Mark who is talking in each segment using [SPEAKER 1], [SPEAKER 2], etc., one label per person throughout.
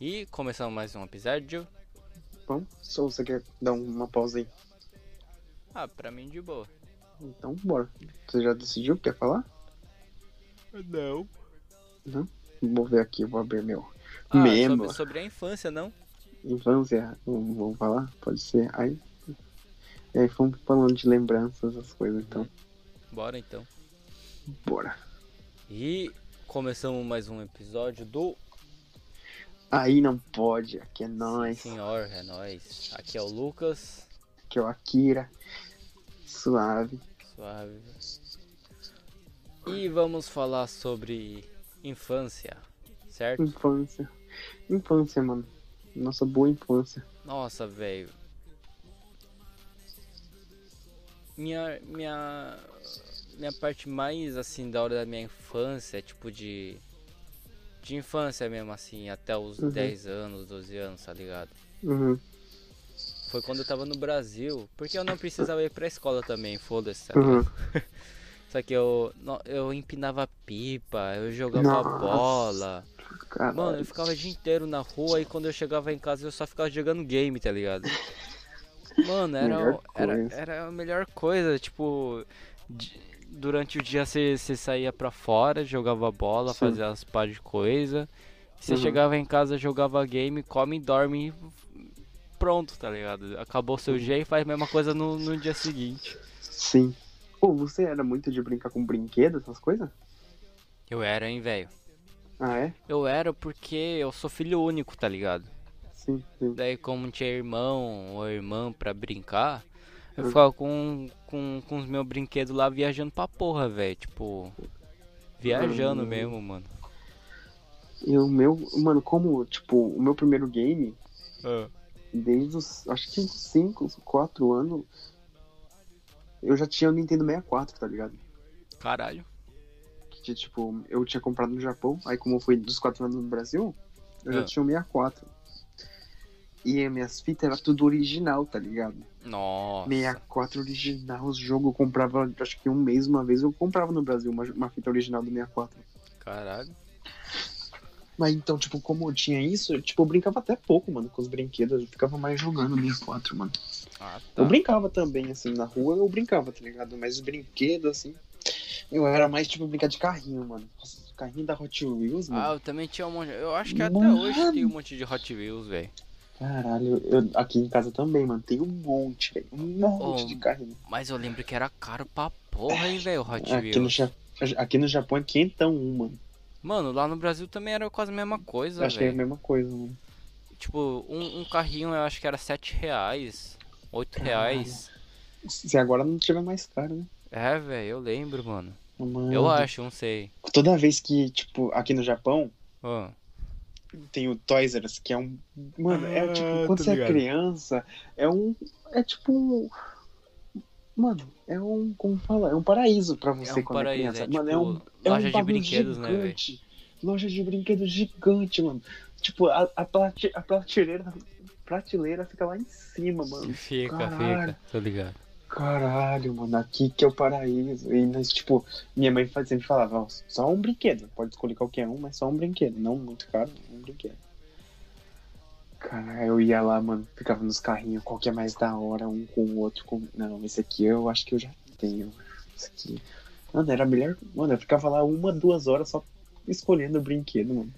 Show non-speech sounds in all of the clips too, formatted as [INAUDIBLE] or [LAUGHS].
[SPEAKER 1] E começamos mais um episódio.
[SPEAKER 2] Bom, Sou, você quer dar uma pausa aí?
[SPEAKER 1] Ah, pra mim de boa.
[SPEAKER 2] Então, bora. Você já decidiu o que quer falar?
[SPEAKER 1] Não.
[SPEAKER 2] Vou ver aqui, vou abrir meu.
[SPEAKER 1] Ah,
[SPEAKER 2] Memo.
[SPEAKER 1] sobre, sobre a infância, não?
[SPEAKER 2] Infância, vamos vamos falar? Pode ser. Aí. E aí, fomos falando de lembranças, essas coisas, então,
[SPEAKER 1] Bora então.
[SPEAKER 2] bora.
[SPEAKER 1] E começamos mais um episódio do
[SPEAKER 2] Aí não pode, aqui é nós,
[SPEAKER 1] Senhor, é nóis. Aqui é o Lucas.
[SPEAKER 2] aqui é o Akira. Suave.
[SPEAKER 1] Suave. E vamos falar sobre infância, certo?
[SPEAKER 2] Infância. Infância, mano. Nossa boa infância.
[SPEAKER 1] Nossa, velho. Minha, minha, minha parte mais assim da hora da minha infância, tipo de de infância mesmo assim, até os
[SPEAKER 2] Uhum.
[SPEAKER 1] 10 anos, 12 anos, tá ligado?
[SPEAKER 2] Uhum.
[SPEAKER 1] Foi quando eu tava no Brasil, porque eu não precisava ir pra escola também, foda-se. tá ligado?
[SPEAKER 2] Uhum.
[SPEAKER 1] Só que eu no- eu empinava pipa, eu jogava
[SPEAKER 2] Nossa.
[SPEAKER 1] bola.
[SPEAKER 2] Caralho.
[SPEAKER 1] Mano, eu ficava o dia inteiro na rua e quando eu chegava em casa eu só ficava jogando game, tá ligado? Mano, era,
[SPEAKER 2] Melhor
[SPEAKER 1] era,
[SPEAKER 2] coisa.
[SPEAKER 1] era a melhor coisa, tipo, de- durante o dia você você saía pra fora, jogava bola,
[SPEAKER 2] Sim.
[SPEAKER 1] fazia as pá de coisa. Você
[SPEAKER 2] Uhum.
[SPEAKER 1] chegava em casa, jogava game, come, dorme e pronto, tá ligado? Acabou seu dia e faz a mesma coisa no, no dia seguinte.
[SPEAKER 2] Sim. Pô, você era muito de brincar com brinquedo, essas coisas?
[SPEAKER 1] Eu era, hein, velho?
[SPEAKER 2] Ah, é?
[SPEAKER 1] Eu era porque eu sou filho único, tá ligado?
[SPEAKER 2] Sim, sim.
[SPEAKER 1] Daí, como tinha irmão ou irmã pra brincar, eu
[SPEAKER 2] Hum.
[SPEAKER 1] ficava com, com, com os meus brinquedos lá viajando pra porra, velho. Tipo, viajando
[SPEAKER 2] Hum.
[SPEAKER 1] mesmo, mano.
[SPEAKER 2] E o meu, mano, como, tipo, o meu primeiro game, desde os, acho que uns 5, 4 anos, eu já tinha o Nintendo 64, tá ligado?
[SPEAKER 1] Caralho.
[SPEAKER 2] Que, tinha, tipo, eu tinha comprado no Japão, aí como eu fui dos 4 anos no Brasil, eu
[SPEAKER 1] Ah.
[SPEAKER 2] já tinha o 64. E as minhas fitas era tudo original, tá ligado?
[SPEAKER 1] Nossa.
[SPEAKER 2] 64 original, os jogos eu comprava, acho que um mês, uma vez, eu comprava no Brasil uma, uma fita original do 64.
[SPEAKER 1] Caralho.
[SPEAKER 2] Mas então, tipo, como eu tinha isso, eu, tipo, eu brincava até pouco, mano, com os brinquedos. Eu ficava mais jogando 64, mano.
[SPEAKER 1] Ah, tá.
[SPEAKER 2] Eu brincava também, assim, na rua eu brincava, tá ligado? Mas os brinquedos, assim. Eu era mais, tipo, brincar de carrinho, mano. Nossa, o carrinho da Hot Wheels,
[SPEAKER 1] Ah,
[SPEAKER 2] mano.
[SPEAKER 1] eu também tinha um monte. Eu acho que até
[SPEAKER 2] Mano.
[SPEAKER 1] hoje tem um monte de Hot Wheels, velho.
[SPEAKER 2] Caralho, eu- aqui em casa também, mano. Tem um monte, velho. Um monte
[SPEAKER 1] Oh,
[SPEAKER 2] de carrinho.
[SPEAKER 1] Mas eu lembro que era caro pra porra, hein, velho, Hot
[SPEAKER 2] Aqui no,
[SPEAKER 1] Wheels.
[SPEAKER 2] Ja- aqui no Japão é quentão um, mano.
[SPEAKER 1] Mano, lá no Brasil também era quase a mesma
[SPEAKER 2] Eu
[SPEAKER 1] coisa,
[SPEAKER 2] acho que é a
[SPEAKER 1] velho.
[SPEAKER 2] mesma coisa, mano.
[SPEAKER 1] Tipo, um, um carrinho eu acho que era 7 reais, 8 reais.
[SPEAKER 2] Se agora não tiver mais caro, né?
[SPEAKER 1] É, velho, eu lembro, mano.
[SPEAKER 2] Mano,
[SPEAKER 1] Eu acho, não sei.
[SPEAKER 2] Toda vez que, tipo, aqui no Japão,
[SPEAKER 1] Ah,
[SPEAKER 2] tem o Toys R Us, que é um. Mano, é
[SPEAKER 1] Ah,
[SPEAKER 2] tipo,
[SPEAKER 1] tô
[SPEAKER 2] quando você
[SPEAKER 1] ligado.
[SPEAKER 2] é criança, é um. É tipo um. Mano, é um. Como fala? É um paraíso pra você
[SPEAKER 1] é um
[SPEAKER 2] quando
[SPEAKER 1] paraíso,
[SPEAKER 2] é
[SPEAKER 1] é,
[SPEAKER 2] criança. mano,
[SPEAKER 1] tipo,
[SPEAKER 2] é um. É
[SPEAKER 1] loja
[SPEAKER 2] um
[SPEAKER 1] de
[SPEAKER 2] bagulho
[SPEAKER 1] brinquedos, né, velho?
[SPEAKER 2] gigante. Loja de brinquedos gigante, mano. Tipo, a, a, plate- a prateleira, prateleira fica lá em cima, mano.
[SPEAKER 1] [LAUGHS] Fica,
[SPEAKER 2] Caralho.
[SPEAKER 1] fica, tô ligado.
[SPEAKER 2] Caralho, mano, aqui que é o paraíso. E nós, tipo, minha mãe faz- sempre falava, "Ó, só um brinquedo. Pode escolher qualquer um, mas só um brinquedo. Não muito caro, um brinquedo. Cara, eu ia lá, mano, ficava nos carrinhos, qual que é mais da hora, um com o outro. Com... Não, esse aqui eu acho que eu já tenho. Esse aqui. Mano, era melhor. Mano, eu ficava lá uma, duas horas só escolhendo o brinquedo, mano.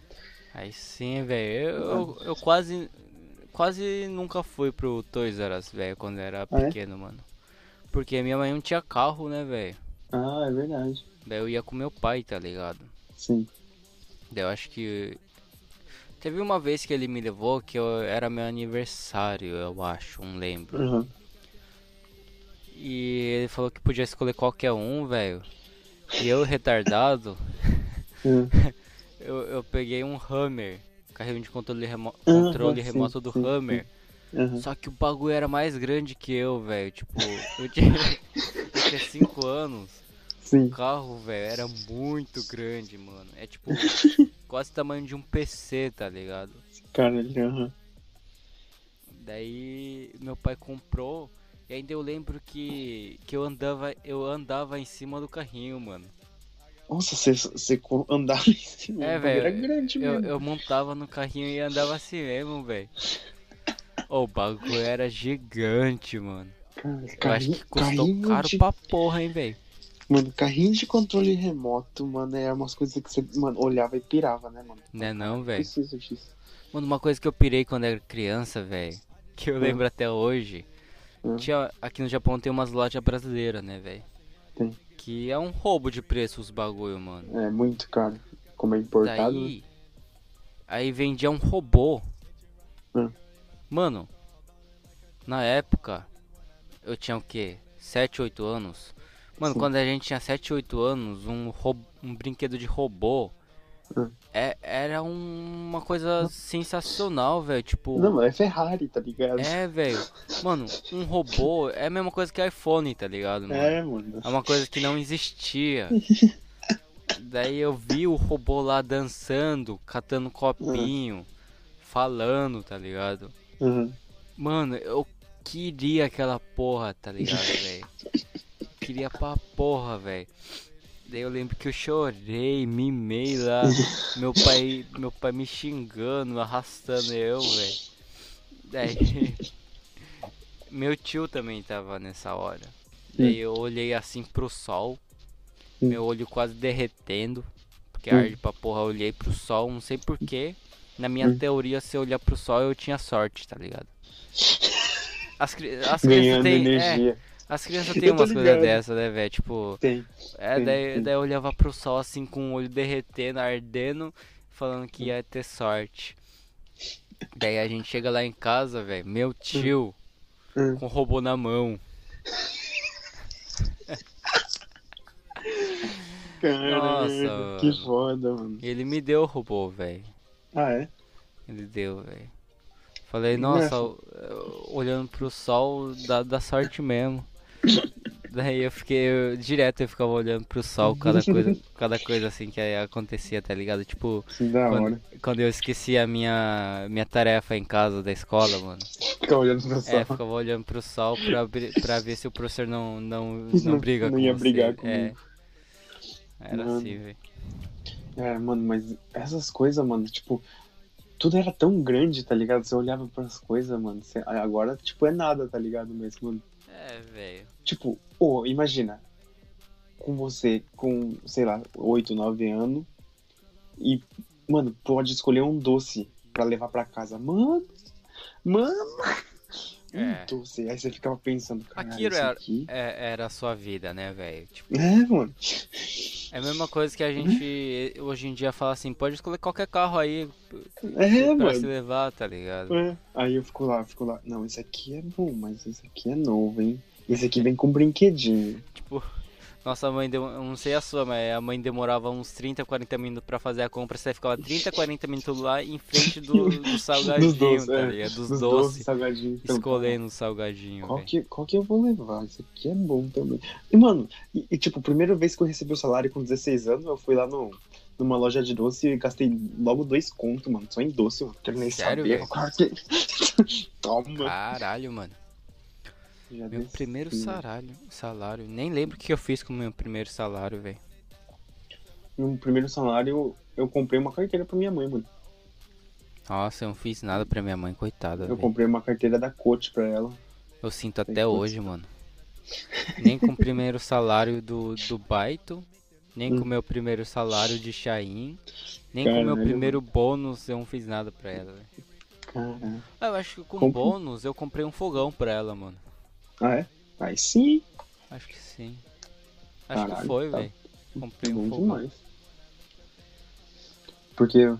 [SPEAKER 1] Aí sim, velho. Eu, eu, eu quase quase nunca fui pro Toys R Us, velho, quando era
[SPEAKER 2] Ah, é?
[SPEAKER 1] pequeno, mano. Porque minha mãe não tinha carro, né, velho?
[SPEAKER 2] Ah, é verdade.
[SPEAKER 1] Daí eu ia com meu pai, tá ligado?
[SPEAKER 2] Sim.
[SPEAKER 1] Daí eu acho que. Teve uma vez que ele me levou que eu, era meu aniversário, eu acho, não lembro.
[SPEAKER 2] Uhum.
[SPEAKER 1] E ele falou que podia escolher qualquer um, velho. E eu, retardado,
[SPEAKER 2] [LAUGHS] Uhum.
[SPEAKER 1] [LAUGHS] Eu, eu peguei um Hammer, carrinho de controle, remo
[SPEAKER 2] Aham,
[SPEAKER 1] controle
[SPEAKER 2] Ah, sim,
[SPEAKER 1] remoto do
[SPEAKER 2] sim,
[SPEAKER 1] Hammer.
[SPEAKER 2] Uhum.
[SPEAKER 1] Só que o bagulho era mais grande que eu, velho. Tipo, eu tinha [LAUGHS] 5 anos.
[SPEAKER 2] Sim.
[SPEAKER 1] O carro, velho, era muito grande, mano. É
[SPEAKER 2] [LAUGHS]
[SPEAKER 1] tipo, quase o tamanho de um PC, tá ligado?
[SPEAKER 2] Caralho, aham.
[SPEAKER 1] Daí meu pai comprou. E ainda eu lembro que, que eu andava eu andava em cima do carrinho, mano.
[SPEAKER 2] Nossa, você, você co- andava em cima.
[SPEAKER 1] É,
[SPEAKER 2] o bagulho Era
[SPEAKER 1] velho,
[SPEAKER 2] grande
[SPEAKER 1] Eu,
[SPEAKER 2] mesmo.
[SPEAKER 1] eu montava no carrinho e andava assim mesmo, velho. Ô, o bagulho era gigante, mano.
[SPEAKER 2] Cara,
[SPEAKER 1] Eu acho
[SPEAKER 2] carrinho,
[SPEAKER 1] que custou
[SPEAKER 2] carrinho
[SPEAKER 1] caro
[SPEAKER 2] de,
[SPEAKER 1] pra porra, hein, velho.
[SPEAKER 2] Mano, carrinho de controle remoto, mano, é umas coisas que você, mano, olhava e pirava, né, mano?
[SPEAKER 1] Né não, velho?
[SPEAKER 2] Preciso disso.
[SPEAKER 1] Mano, uma coisa que eu pirei quando era criança, velho, que eu lembro até hoje.
[SPEAKER 2] Hum.
[SPEAKER 1] Tinha, aqui no Japão tem umas lojas brasileiras, né, velho?
[SPEAKER 2] Tem.
[SPEAKER 1] Que é um roubo de preço os bagulho, mano.
[SPEAKER 2] É muito caro. Como é importado. né?
[SPEAKER 1] Daí. Aí vendia um robô.
[SPEAKER 2] Hum.
[SPEAKER 1] Mano, na época, eu tinha o quê? 7, 8 anos. Mano,
[SPEAKER 2] Sim.
[SPEAKER 1] quando a gente tinha 7, 8 anos, um, rob- um brinquedo de robô.
[SPEAKER 2] Hum.
[SPEAKER 1] é- era um- uma coisa sensacional, velho. Tipo.
[SPEAKER 2] Não, é Ferrari, tá ligado?
[SPEAKER 1] É, velho. Mano, um robô é a mesma coisa que iPhone, tá ligado, mano?
[SPEAKER 2] É, mano.
[SPEAKER 1] É uma coisa que não existia. Daí eu vi o robô lá dançando, catando copinho, falando, tá ligado?
[SPEAKER 2] Uhum.
[SPEAKER 1] Mano, eu queria aquela porra, tá ligado, velho? Queria pra porra, velho. Daí eu lembro que eu chorei, mimei
[SPEAKER 2] [LAUGHS]
[SPEAKER 1] lá. Meu pai, meu pai me xingando, arrastando eu, velho. Daí. [LAUGHS] Meu tio também tava nessa hora. Daí eu olhei assim pro sol.
[SPEAKER 2] Hum.
[SPEAKER 1] Meu olho quase derretendo. Porque
[SPEAKER 2] Hum.
[SPEAKER 1] arde pra porra, eu olhei pro sol, não sei porquê. Na minha
[SPEAKER 2] Hum.
[SPEAKER 1] teoria, se eu olhar pro sol, eu tinha sorte, tá ligado? As, cri- as crianças
[SPEAKER 2] Ganhando
[SPEAKER 1] têm. É,
[SPEAKER 2] energia.
[SPEAKER 1] as crianças
[SPEAKER 2] [LAUGHS] Eu
[SPEAKER 1] têm
[SPEAKER 2] tô
[SPEAKER 1] umas coisas
[SPEAKER 2] ligado.
[SPEAKER 1] dessas, né, velho? Tipo.
[SPEAKER 2] Tem.
[SPEAKER 1] É,
[SPEAKER 2] Sim,
[SPEAKER 1] daí,
[SPEAKER 2] sim.
[SPEAKER 1] daí eu olhava pro sol assim com o olho derretendo, ardendo, falando que ia ter sorte. Daí a gente chega lá em casa, velho, meu tio,
[SPEAKER 2] Hum.
[SPEAKER 1] com o robô na mão.
[SPEAKER 2] Caralho,
[SPEAKER 1] Nossa,
[SPEAKER 2] que
[SPEAKER 1] mano.
[SPEAKER 2] foda, mano.
[SPEAKER 1] Ele me deu o robô, velho.
[SPEAKER 2] Ah, é?
[SPEAKER 1] Ele deu, velho. Falei, nossa, o- o- olhando pro sol dá, dá sorte
[SPEAKER 2] [LAUGHS]
[SPEAKER 1] mesmo. Daí eu fiquei, eu- direto eu ficava olhando pro sol, cada
[SPEAKER 2] [LAUGHS]
[SPEAKER 1] coisa, cada coisa assim que acontecia, tá ligado? Tipo,
[SPEAKER 2] Que da
[SPEAKER 1] quando,
[SPEAKER 2] hora.
[SPEAKER 1] quando eu esqueci a minha, minha tarefa em casa da escola, mano.
[SPEAKER 2] Ficar olhando pra
[SPEAKER 1] É,
[SPEAKER 2] sala.
[SPEAKER 1] ficava olhando pro sol pra, bri- pra ver se o professor não,
[SPEAKER 2] [LAUGHS]
[SPEAKER 1] não, não
[SPEAKER 2] Não-
[SPEAKER 1] briga
[SPEAKER 2] não
[SPEAKER 1] com
[SPEAKER 2] ia
[SPEAKER 1] você.
[SPEAKER 2] brigar
[SPEAKER 1] É.
[SPEAKER 2] comigo.
[SPEAKER 1] Era
[SPEAKER 2] Mano.
[SPEAKER 1] assim, velho.
[SPEAKER 2] É, mano, mas essas coisas, mano, tipo, tudo era tão grande, tá ligado? Você olhava pras coisas, mano. você- agora, tipo, é nada, tá ligado? Mas, mano,
[SPEAKER 1] É, velho.
[SPEAKER 2] tipo, ô, imagina, com você, com, sei lá, 8, 9 anos, e, mano, pode escolher um doce pra levar pra casa. Mano, mano, [LAUGHS]
[SPEAKER 1] É.
[SPEAKER 2] um doce. Aí você ficava pensando, caralho,
[SPEAKER 1] Aquilo
[SPEAKER 2] isso
[SPEAKER 1] era-
[SPEAKER 2] aqui...
[SPEAKER 1] É, era a sua vida, né, velho? Tipo,
[SPEAKER 2] É, mano.
[SPEAKER 1] é a mesma coisa que a gente
[SPEAKER 2] Uhum.
[SPEAKER 1] hoje em dia fala assim, pode escolher qualquer carro aí
[SPEAKER 2] É,
[SPEAKER 1] pra
[SPEAKER 2] mano.
[SPEAKER 1] se levar, tá ligado?
[SPEAKER 2] É. Aí eu fico lá, fico lá. Não, esse aqui é bom, mas esse aqui é novo, hein? Esse aqui vem com brinquedinho.
[SPEAKER 1] Tipo, nossa mãe, deu, eu não sei a sua, mas a mãe demorava uns 30, 40 minutos pra fazer a compra, você ficava 30, 40 minutos lá em frente do,
[SPEAKER 2] [LAUGHS]
[SPEAKER 1] do salgadinho,
[SPEAKER 2] doces,
[SPEAKER 1] tá
[SPEAKER 2] é.
[SPEAKER 1] ligado? Dos, doces,
[SPEAKER 2] Dos doces, salgadinhos. Então,
[SPEAKER 1] escolhendo o salgadinho,
[SPEAKER 2] Qual
[SPEAKER 1] velho.
[SPEAKER 2] que, qual que eu vou levar? Esse aqui é bom também. E, mano, e, e, tipo, primeira vez que eu recebi o salário com 16 anos, eu fui lá no, numa loja de doce e gastei logo dois contos, mano. Só em doce, mano. Quero nem
[SPEAKER 1] Sério,
[SPEAKER 2] saber.
[SPEAKER 1] velho?
[SPEAKER 2] Claro que- [LAUGHS] Toma.
[SPEAKER 1] Caralho, mano.
[SPEAKER 2] Já
[SPEAKER 1] Meu
[SPEAKER 2] desse-
[SPEAKER 1] primeiro salário, salário. Nem lembro o que eu fiz com o meu primeiro salário, velho.
[SPEAKER 2] No primeiro salário, eu, eu comprei uma carteira pra minha mãe, mano.
[SPEAKER 1] Nossa, eu não fiz nada pra minha mãe, coitada,
[SPEAKER 2] Eu
[SPEAKER 1] velho.
[SPEAKER 2] comprei uma carteira da Coach pra ela.
[SPEAKER 1] Eu sinto até
[SPEAKER 2] Tem que-
[SPEAKER 1] hoje, mano. Nem com o primeiro salário do, do Baito, nem com o meu primeiro salário de Shain, nem com o meu
[SPEAKER 2] Hum. Caralho,
[SPEAKER 1] primeiro bônus eu não fiz nada pra ela, velho.
[SPEAKER 2] Caraca.
[SPEAKER 1] Ah, eu acho que com
[SPEAKER 2] Compre-
[SPEAKER 1] bônus eu comprei um fogão pra ela, mano.
[SPEAKER 2] Ah, é? Aí sim.
[SPEAKER 1] Acho que sim. Acho que
[SPEAKER 2] Caralho,
[SPEAKER 1] foi,
[SPEAKER 2] tá
[SPEAKER 1] velho. Comprei um
[SPEAKER 2] Bom
[SPEAKER 1] fogão.
[SPEAKER 2] demais. Porque.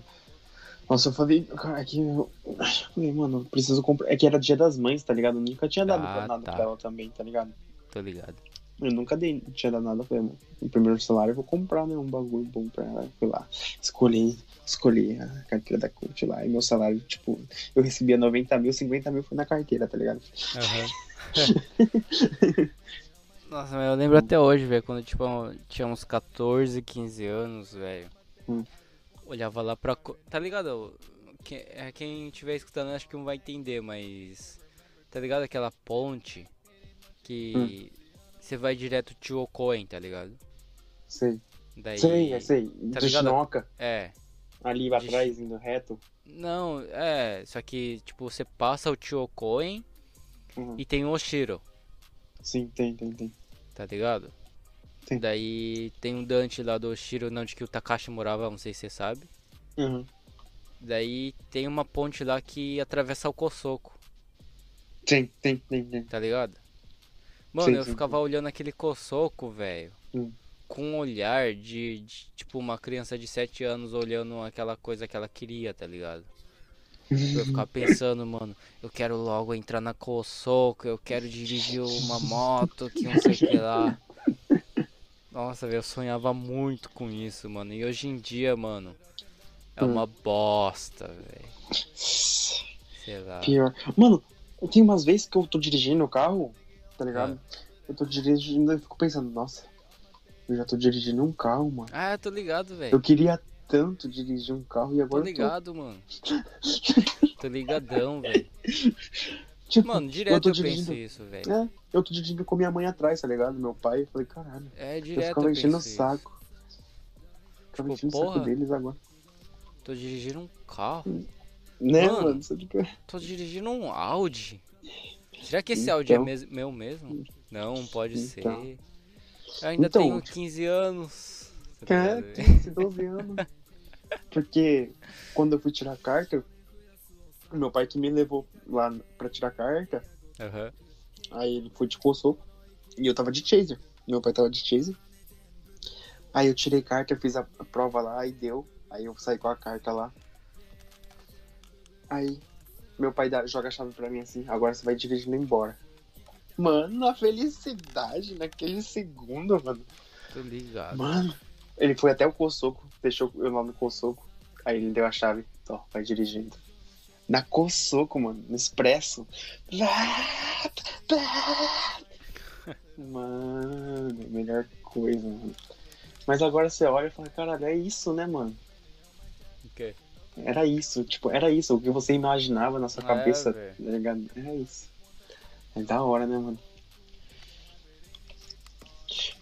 [SPEAKER 2] Nossa, eu falei. Cara, que eu. eu falei, mano, eu preciso comprar. É que era dia das mães, tá ligado? Eu nunca tinha dado
[SPEAKER 1] Ah,
[SPEAKER 2] pra- nada
[SPEAKER 1] tá.
[SPEAKER 2] pra ela também, tá ligado?
[SPEAKER 1] Tô ligado.
[SPEAKER 2] Eu nunca dei, tinha dado nada pra ela. No primeiro salário eu vou comprar, né? Um bagulho bom pra ela. Eu Fui lá. Escolhi, escolhi a carteira da Coach lá. E meu salário, tipo, eu recebia 90 mil, 50 mil foi na carteira, tá ligado?
[SPEAKER 1] Aham. [LAUGHS] Nossa, mas eu lembro até hoje, velho, quando tipo, eu tinha uns 14, 15 anos, velho.
[SPEAKER 2] Hum.
[SPEAKER 1] Olhava lá pra. co- Tá ligado? Que- é, Quem estiver escutando acho que não vai entender, mas. Tá ligado aquela ponte
[SPEAKER 2] Hum.
[SPEAKER 1] que você vai direto Tio Coin, tá ligado?
[SPEAKER 2] Sei.
[SPEAKER 1] Daí,
[SPEAKER 2] Sei, eu sei.
[SPEAKER 1] Tá
[SPEAKER 2] de
[SPEAKER 1] ligado?
[SPEAKER 2] chinoca,
[SPEAKER 1] É.
[SPEAKER 2] ali
[SPEAKER 1] De-
[SPEAKER 2] atrás, indo reto.
[SPEAKER 1] Não, é. Só que, tipo, você passa o Chocoin
[SPEAKER 2] Uhum.
[SPEAKER 1] e tem o Oshiro,
[SPEAKER 2] Sim, tem, tem, tem.
[SPEAKER 1] tá ligado?
[SPEAKER 2] Sim.
[SPEAKER 1] Daí tem um Dante lá do Oshiro, onde que o Takashi morava, não sei se você sabe.
[SPEAKER 2] Uhum.
[SPEAKER 1] Daí tem uma ponte lá que atravessa o Kosoko,
[SPEAKER 2] Tem, tem, tem, tem.
[SPEAKER 1] tá ligado? Mano,
[SPEAKER 2] Sim,
[SPEAKER 1] eu
[SPEAKER 2] sim,
[SPEAKER 1] ficava olhando aquele Kosoko, velho,
[SPEAKER 2] Hum.
[SPEAKER 1] com um olhar de, de, tipo, uma criança de 7 anos olhando aquela coisa que ela queria, tá ligado? Eu
[SPEAKER 2] [LAUGHS]
[SPEAKER 1] ficava pensando, mano, eu quero logo entrar na Kosoko, eu quero dirigir uma moto, que não sei o que lá. Nossa, velho, eu sonhava muito com isso, mano. E hoje em dia, mano, é
[SPEAKER 2] Hum.
[SPEAKER 1] uma bosta, velho. Sei lá.
[SPEAKER 2] Pior. Mano, eu tenho umas vezes que eu tô dirigindo o carro, tá ligado?
[SPEAKER 1] É.
[SPEAKER 2] Eu tô dirigindo e fico pensando, nossa, eu já tô dirigindo um carro, mano.
[SPEAKER 1] Ah, tô ligado,
[SPEAKER 2] Eu
[SPEAKER 1] velho.
[SPEAKER 2] queria tanto dirigir um carro e
[SPEAKER 1] Tô
[SPEAKER 2] agora eu tô.
[SPEAKER 1] ligado,
[SPEAKER 2] [LAUGHS]
[SPEAKER 1] mano. Tô ligadão, velho.
[SPEAKER 2] Tipo,
[SPEAKER 1] Mano, direto eu, penso
[SPEAKER 2] dirigindo.
[SPEAKER 1] isso, velho.
[SPEAKER 2] É, eu tô dirigindo com minha mãe atrás, tá ligado? Meu pai, eu falei, caralho.
[SPEAKER 1] É,
[SPEAKER 2] Eu
[SPEAKER 1] direto eu
[SPEAKER 2] ficava
[SPEAKER 1] penso
[SPEAKER 2] enchendo o
[SPEAKER 1] isso.
[SPEAKER 2] saco. Ficava
[SPEAKER 1] Tipo,
[SPEAKER 2] enchendo o
[SPEAKER 1] porra.
[SPEAKER 2] saco deles agora.
[SPEAKER 1] Tô dirigindo um carro.
[SPEAKER 2] Né,
[SPEAKER 1] Mano.
[SPEAKER 2] mano? Isso de cara.
[SPEAKER 1] Tô dirigindo um Audi. Será que esse Audi é
[SPEAKER 2] Então.
[SPEAKER 1] mes- meu mesmo? Não, pode
[SPEAKER 2] Então.
[SPEAKER 1] ser. Eu ainda
[SPEAKER 2] Então.
[SPEAKER 1] tenho 15 anos. tá
[SPEAKER 2] É,
[SPEAKER 1] ligado?
[SPEAKER 2] 15, 12 anos. [LAUGHS] Porque quando eu fui tirar a carta, meu pai que me levou lá pra tirar a carta,
[SPEAKER 1] Aham.
[SPEAKER 2] aí ele foi de Kosovo e eu tava de chaser. Meu pai tava de chaser. Aí eu tirei carta, eu fiz a a prova lá e deu. Aí eu saí com a carta lá. Aí meu pai dá- joga a chave pra mim assim, agora você vai dirigindo embora. Mano, a felicidade naquele segundo, mano.
[SPEAKER 1] Tô ligado.
[SPEAKER 2] Mano, ele foi até o Kosoko, deixou eu lá no Kosoko, aí ele deu a chave, ó, vai dirigindo. Na Kosoko, mano, no Expresso. Blá, blá. Mano, melhor coisa, mano. Mas agora você olha e fala, caralho, é isso, né, mano?
[SPEAKER 1] O quê?
[SPEAKER 2] Era isso, tipo, era isso, o que você imaginava na sua
[SPEAKER 1] É,
[SPEAKER 2] cabeça,
[SPEAKER 1] velho.
[SPEAKER 2] tá ligado? Era isso. É da hora, né, mano?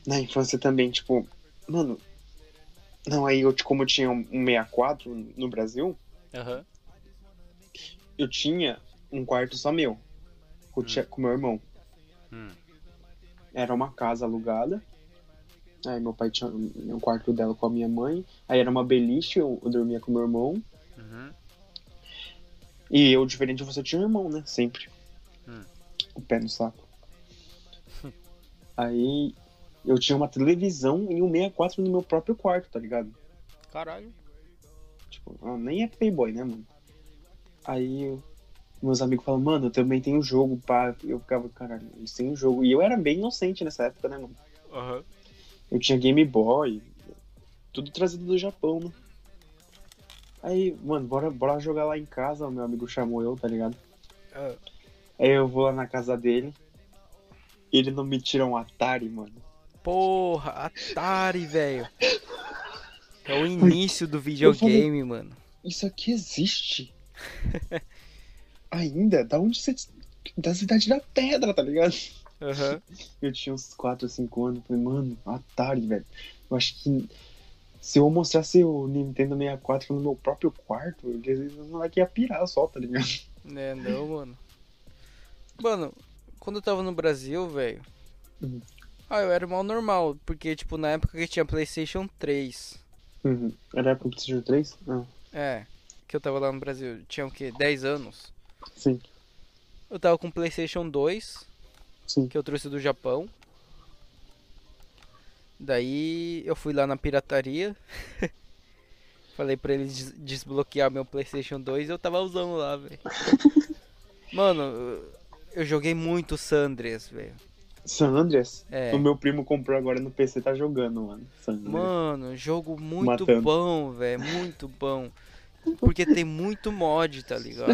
[SPEAKER 2] Na infância também, tipo, mano. Não, aí eu, como eu tinha um 64 no Brasil,
[SPEAKER 1] Aham.
[SPEAKER 2] eu tinha um quarto só meu. Com, o tia- com meu irmão.
[SPEAKER 1] Hum.
[SPEAKER 2] Era uma casa alugada. Aí meu pai tinha um um quarto dela com a minha mãe. Aí era uma beliche, eu, eu dormia com meu irmão.
[SPEAKER 1] Uhum.
[SPEAKER 2] E eu, diferente de você, tinha um irmão, né? Sempre.
[SPEAKER 1] Hum.
[SPEAKER 2] O pé no saco. Aí eu tinha uma televisão e um 64 no meu próprio quarto, tá ligado?
[SPEAKER 1] Caralho.
[SPEAKER 2] Tipo, ah, nem é Playboy, né, mano? Aí eu- meus amigos falam, mano, eu também tenho jogo, pá. Eu ficava, caralho, eles têm um jogo. E eu era bem inocente nessa época, né, mano?
[SPEAKER 1] Aham.
[SPEAKER 2] Eu tinha Game Boy, tudo trazido do Japão, né? Aí, mano, bora, bora jogar lá em casa, o meu amigo chamou eu, tá ligado?
[SPEAKER 1] Ah.
[SPEAKER 2] Aí eu vou lá na casa dele. Ele não me tira um Atari, mano.
[SPEAKER 1] Porra, Atari, velho. É o início do videogame, mano.
[SPEAKER 2] Isso aqui
[SPEAKER 1] [LAUGHS]
[SPEAKER 2] existe. Ainda? Da onde você. Da cidade da pedra, tá ligado?
[SPEAKER 1] Aham.
[SPEAKER 2] Eu tinha uns 4, 5 anos. Falei, mano, Atari, velho. Eu acho que. Se eu mostrasse o Nintendo 64 no meu próprio quarto, eles não vai que ia pirar só, tá ligado?
[SPEAKER 1] Né, não, mano. Mano, quando eu tava no Brasil, velho.
[SPEAKER 2] Uhum.
[SPEAKER 1] Ah, eu era mal normal, porque, tipo, na época que tinha PlayStation 3.
[SPEAKER 2] Uhum. Era pro PlayStation 3? Ah,
[SPEAKER 1] É, que eu tava lá no Brasil. Tinha o quê? 10 anos.
[SPEAKER 2] sim.
[SPEAKER 1] Eu tava com PlayStation 2,
[SPEAKER 2] Sim.
[SPEAKER 1] que eu trouxe do Japão. Daí eu fui lá na pirataria. [LAUGHS] Falei pra eles des- desbloquear meu PlayStation 2 e eu tava usando lá,
[SPEAKER 2] [LAUGHS]
[SPEAKER 1] velho. Mano, eu- eu joguei muito Sandres, velho.
[SPEAKER 2] San Andreas?
[SPEAKER 1] É.
[SPEAKER 2] O meu primo comprou agora no PC, tá jogando, mano. San Andreas.
[SPEAKER 1] Mano, jogo muito
[SPEAKER 2] Matando.
[SPEAKER 1] bom, velho. Muito bom. Porque tem muito mod, tá
[SPEAKER 2] [LAUGHS]
[SPEAKER 1] ligado?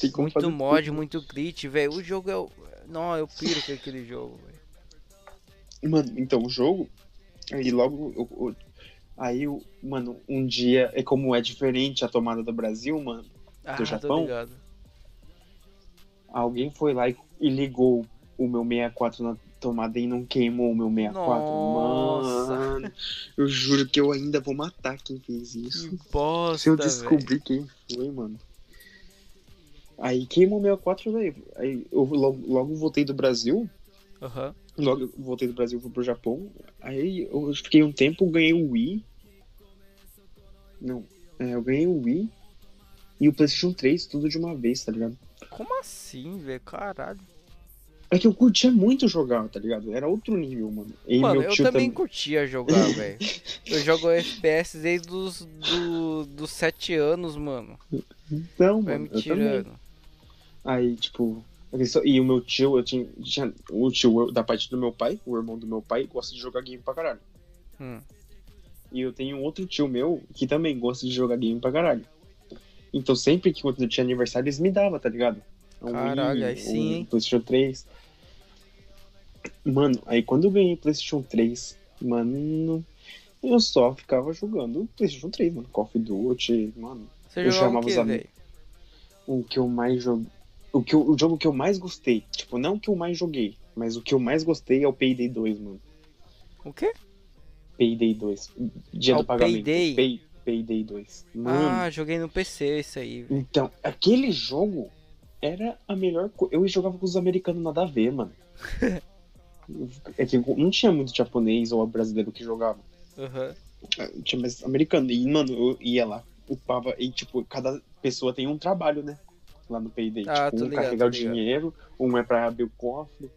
[SPEAKER 2] Tem como fazer
[SPEAKER 1] Muito mod, muito glitch, velho. O jogo é. o- Não, eu piro com aquele jogo, velho.
[SPEAKER 2] Mano, então o jogo. Aí logo. eu- eu- aí, eu- mano, um dia. É como é diferente a tomada do Brasil, mano.
[SPEAKER 1] Ah, tô
[SPEAKER 2] Japão?
[SPEAKER 1] ligado.
[SPEAKER 2] Alguém foi lá e, e ligou o meu 64 na, tomada e não queimou o meu 64.
[SPEAKER 1] Nossa.
[SPEAKER 2] Mano, eu juro que eu ainda vou matar quem fez isso.
[SPEAKER 1] Que bosta,
[SPEAKER 2] Se eu
[SPEAKER 1] velho.
[SPEAKER 2] descobrir quem foi, mano. Aí queimou o 64 daí. Aí eu logo, logo voltei do Brasil.
[SPEAKER 1] Aham.
[SPEAKER 2] Logo eu voltei do Brasil fui pro Japão. Aí eu fiquei um tempo, ganhei o Wii. Não. É, eu ganhei o Wii e o PlayStation 3 tudo de uma vez, tá ligado?
[SPEAKER 1] Como assim, velho? Caralho.
[SPEAKER 2] É que eu curtia muito jogar, tá ligado? Era outro nível, mano. E
[SPEAKER 1] Mano,
[SPEAKER 2] meu
[SPEAKER 1] eu
[SPEAKER 2] tio
[SPEAKER 1] também curtia
[SPEAKER 2] [LAUGHS]
[SPEAKER 1] jogar, velho. Eu jogo FPS desde os do, dos 7 anos, mano.
[SPEAKER 2] Então,
[SPEAKER 1] Vai
[SPEAKER 2] mano,
[SPEAKER 1] me
[SPEAKER 2] eu também.
[SPEAKER 1] tirando.
[SPEAKER 2] Aí, tipo. ele só- E o meu tio, eu tinha, tinha- O tio da parte do meu pai, o irmão do meu pai, gosta de jogar game pra caralho.
[SPEAKER 1] Hum.
[SPEAKER 2] E eu tenho um outro tio meu que também gosta de jogar game pra caralho. Então sempre que quando eu tinha aniversário, eles me davam, tá ligado? Um
[SPEAKER 1] Caralho, aí
[SPEAKER 2] um
[SPEAKER 1] sim, hein?
[SPEAKER 2] PlayStation 3. Mano, aí quando eu ganhei PlayStation 3, mano. Eu só ficava jogando PlayStation 3, mano. Call of Duty, mano.
[SPEAKER 1] Você jogava
[SPEAKER 2] Eu
[SPEAKER 1] o
[SPEAKER 2] chamava os
[SPEAKER 1] quê,
[SPEAKER 2] amigos.
[SPEAKER 1] velho?
[SPEAKER 2] o que eu mais joguei. O, que eu- o jogo que eu mais gostei. Tipo, não o que eu mais joguei, mas o que eu mais gostei é o Payday 2, mano.
[SPEAKER 1] O quê?
[SPEAKER 2] Payday 2. Dia
[SPEAKER 1] Ah,
[SPEAKER 2] do
[SPEAKER 1] o
[SPEAKER 2] pagamento.
[SPEAKER 1] Payday?
[SPEAKER 2] Pay, Payday 2. Mano,
[SPEAKER 1] Ah, joguei no PC isso aí, velho.
[SPEAKER 2] então, aquele jogo era a melhor coisa. Eu jogava com os americanos nada a ver, mano. é que não tinha muito japonês ou brasileiro que jogava.
[SPEAKER 1] Aham.
[SPEAKER 2] Tinha mais americano. E, mano, eu ia lá, upava. E, tipo, cada pessoa tem um trabalho, né? Lá no Payday.
[SPEAKER 1] Ah,
[SPEAKER 2] tipo,
[SPEAKER 1] tô
[SPEAKER 2] um
[SPEAKER 1] ligado,
[SPEAKER 2] carregar
[SPEAKER 1] tô
[SPEAKER 2] o
[SPEAKER 1] ligado.
[SPEAKER 2] dinheiro, um é pra abrir o cofre.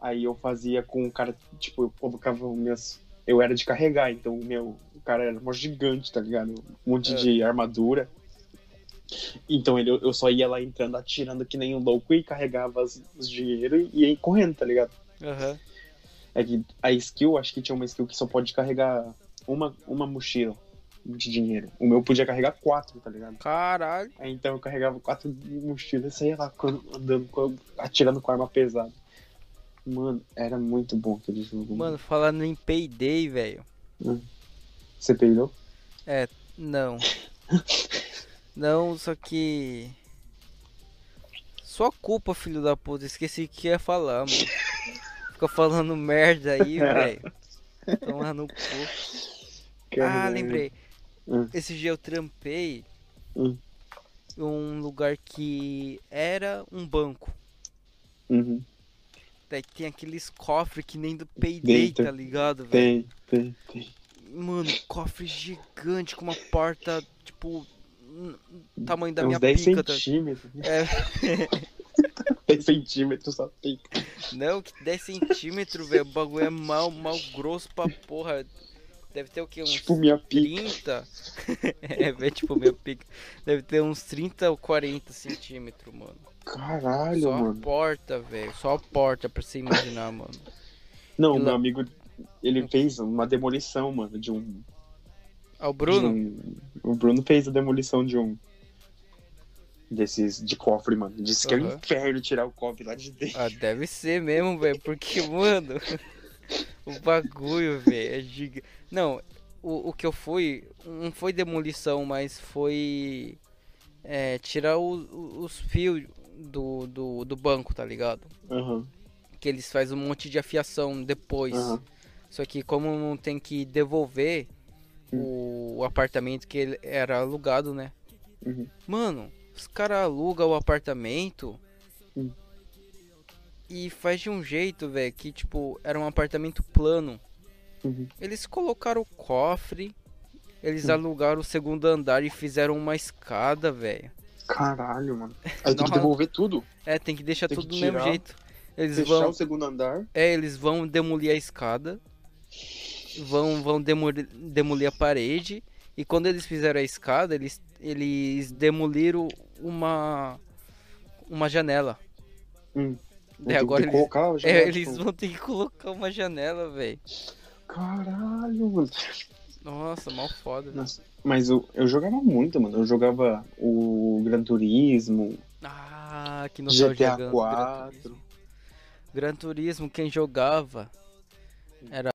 [SPEAKER 2] Aí eu fazia com o cara, tipo, eu colocava minhas. Eu era de carregar, então o meu. O cara era mó gigante, tá ligado? Um monte
[SPEAKER 1] É.
[SPEAKER 2] de armadura. Então ele, eu só ia lá entrando, atirando que nem um louco e carregava as- os dinheiro e ia correndo, tá ligado?
[SPEAKER 1] Aham.
[SPEAKER 2] É que a skill, acho que tinha uma skill que só pode carregar uma, uma mochila de dinheiro. O meu podia carregar quatro, tá ligado?
[SPEAKER 1] Caralho.
[SPEAKER 2] Aí então eu carregava quatro mochilas e saía lá com- andando, com- atirando com arma pesada. Mano, era muito bom aquele jogo.
[SPEAKER 1] Mano, falando em Payday, velho.
[SPEAKER 2] Você perdeu?
[SPEAKER 1] Não. Não, só que. Sua culpa, filho da puta. Esqueci o que ia falar, mano. Fica falando merda aí,
[SPEAKER 2] [LAUGHS] É.
[SPEAKER 1] velho. Toma no cu. Ah, lembrei.
[SPEAKER 2] Hum.
[SPEAKER 1] Esse dia eu trampei
[SPEAKER 2] Hum.
[SPEAKER 1] em um lugar que era um banco.
[SPEAKER 2] Uhum.
[SPEAKER 1] Daí tem aqueles cofres que nem do Payday,
[SPEAKER 2] Eita.
[SPEAKER 1] tá ligado, velho?
[SPEAKER 2] Tem, tem, tem.
[SPEAKER 1] Mano, cofre gigante com uma porta, tipo, n- tamanho da
[SPEAKER 2] Uns
[SPEAKER 1] minha
[SPEAKER 2] 10
[SPEAKER 1] pica. É. tá-
[SPEAKER 2] centímetros.
[SPEAKER 1] É,
[SPEAKER 2] [LAUGHS] 10 centímetros só tem.
[SPEAKER 1] não, que 10 centímetros, velho. O bagulho é mal, mal grosso pra porra. Deve ter o quê? Uns
[SPEAKER 2] Tipo minha pica.
[SPEAKER 1] 30? [LAUGHS] é, velho, tipo, minha pica. Deve ter uns 30 ou 40 centímetros, mano.
[SPEAKER 2] Caralho,
[SPEAKER 1] Só
[SPEAKER 2] mano.
[SPEAKER 1] a porta, velho. Só a porta pra você imaginar, mano.
[SPEAKER 2] Não,
[SPEAKER 1] Ele-
[SPEAKER 2] meu amigo, ele fez uma demolição, mano, de um.
[SPEAKER 1] Ah, o Bruno?
[SPEAKER 2] de um- O Bruno fez a demolição de um. Desses de cofre, mano. Disse que é um
[SPEAKER 1] Aham.
[SPEAKER 2] inferno tirar o cofre lá
[SPEAKER 1] [LAUGHS]
[SPEAKER 2] de dentro.
[SPEAKER 1] Ah, deve ser mesmo, velho. Porque, mano. [LAUGHS] o bagulho, velho, é gigante. Não, o, o que eu fui. Não foi demolição, mas foi. É, tirar o- o- os fios do, do, do banco, tá ligado?
[SPEAKER 2] Aham,
[SPEAKER 1] Que eles fazem um monte de afiação depois.
[SPEAKER 2] aham.
[SPEAKER 1] Só que como não tem que devolver o apartamento que ele era alugado, né?
[SPEAKER 2] Hum. Uhum.
[SPEAKER 1] Mano, os caras alugam o apartamento
[SPEAKER 2] Hum.
[SPEAKER 1] e faz de um jeito, velho, que tipo, era um apartamento plano.
[SPEAKER 2] Uhum. Hum.
[SPEAKER 1] Eles colocaram o cofre, eles alugaram o segundo andar e fizeram uma escada, velho.
[SPEAKER 2] Caralho, mano. Aí tem que
[SPEAKER 1] Nossa.
[SPEAKER 2] devolver tudo.
[SPEAKER 1] É, tem que deixar
[SPEAKER 2] Tem que
[SPEAKER 1] tudo do mesmo
[SPEAKER 2] tirar,
[SPEAKER 1] jeito. Eles
[SPEAKER 2] Fechar
[SPEAKER 1] vão
[SPEAKER 2] o segundo andar.
[SPEAKER 1] É, eles vão demolir a escada, vão, vão demolir, demolir a parede, e quando eles fizeram a escada, eles, eles demoliram uma, uma janela.
[SPEAKER 2] Hum.
[SPEAKER 1] É,
[SPEAKER 2] tem
[SPEAKER 1] agora
[SPEAKER 2] que
[SPEAKER 1] eles-
[SPEAKER 2] colocar já,
[SPEAKER 1] É,
[SPEAKER 2] tipo,
[SPEAKER 1] eles vão ter que colocar uma janela, velho.
[SPEAKER 2] Caralho, mano.
[SPEAKER 1] Nossa, mal foda. velho.
[SPEAKER 2] Nossa, Mas eu, eu jogava muito, mano. Eu jogava o Gran Turismo,
[SPEAKER 1] Ah, que não
[SPEAKER 2] GTA
[SPEAKER 1] jogando. Gran Turismo.
[SPEAKER 2] 4.
[SPEAKER 1] Gran Turismo, quem jogava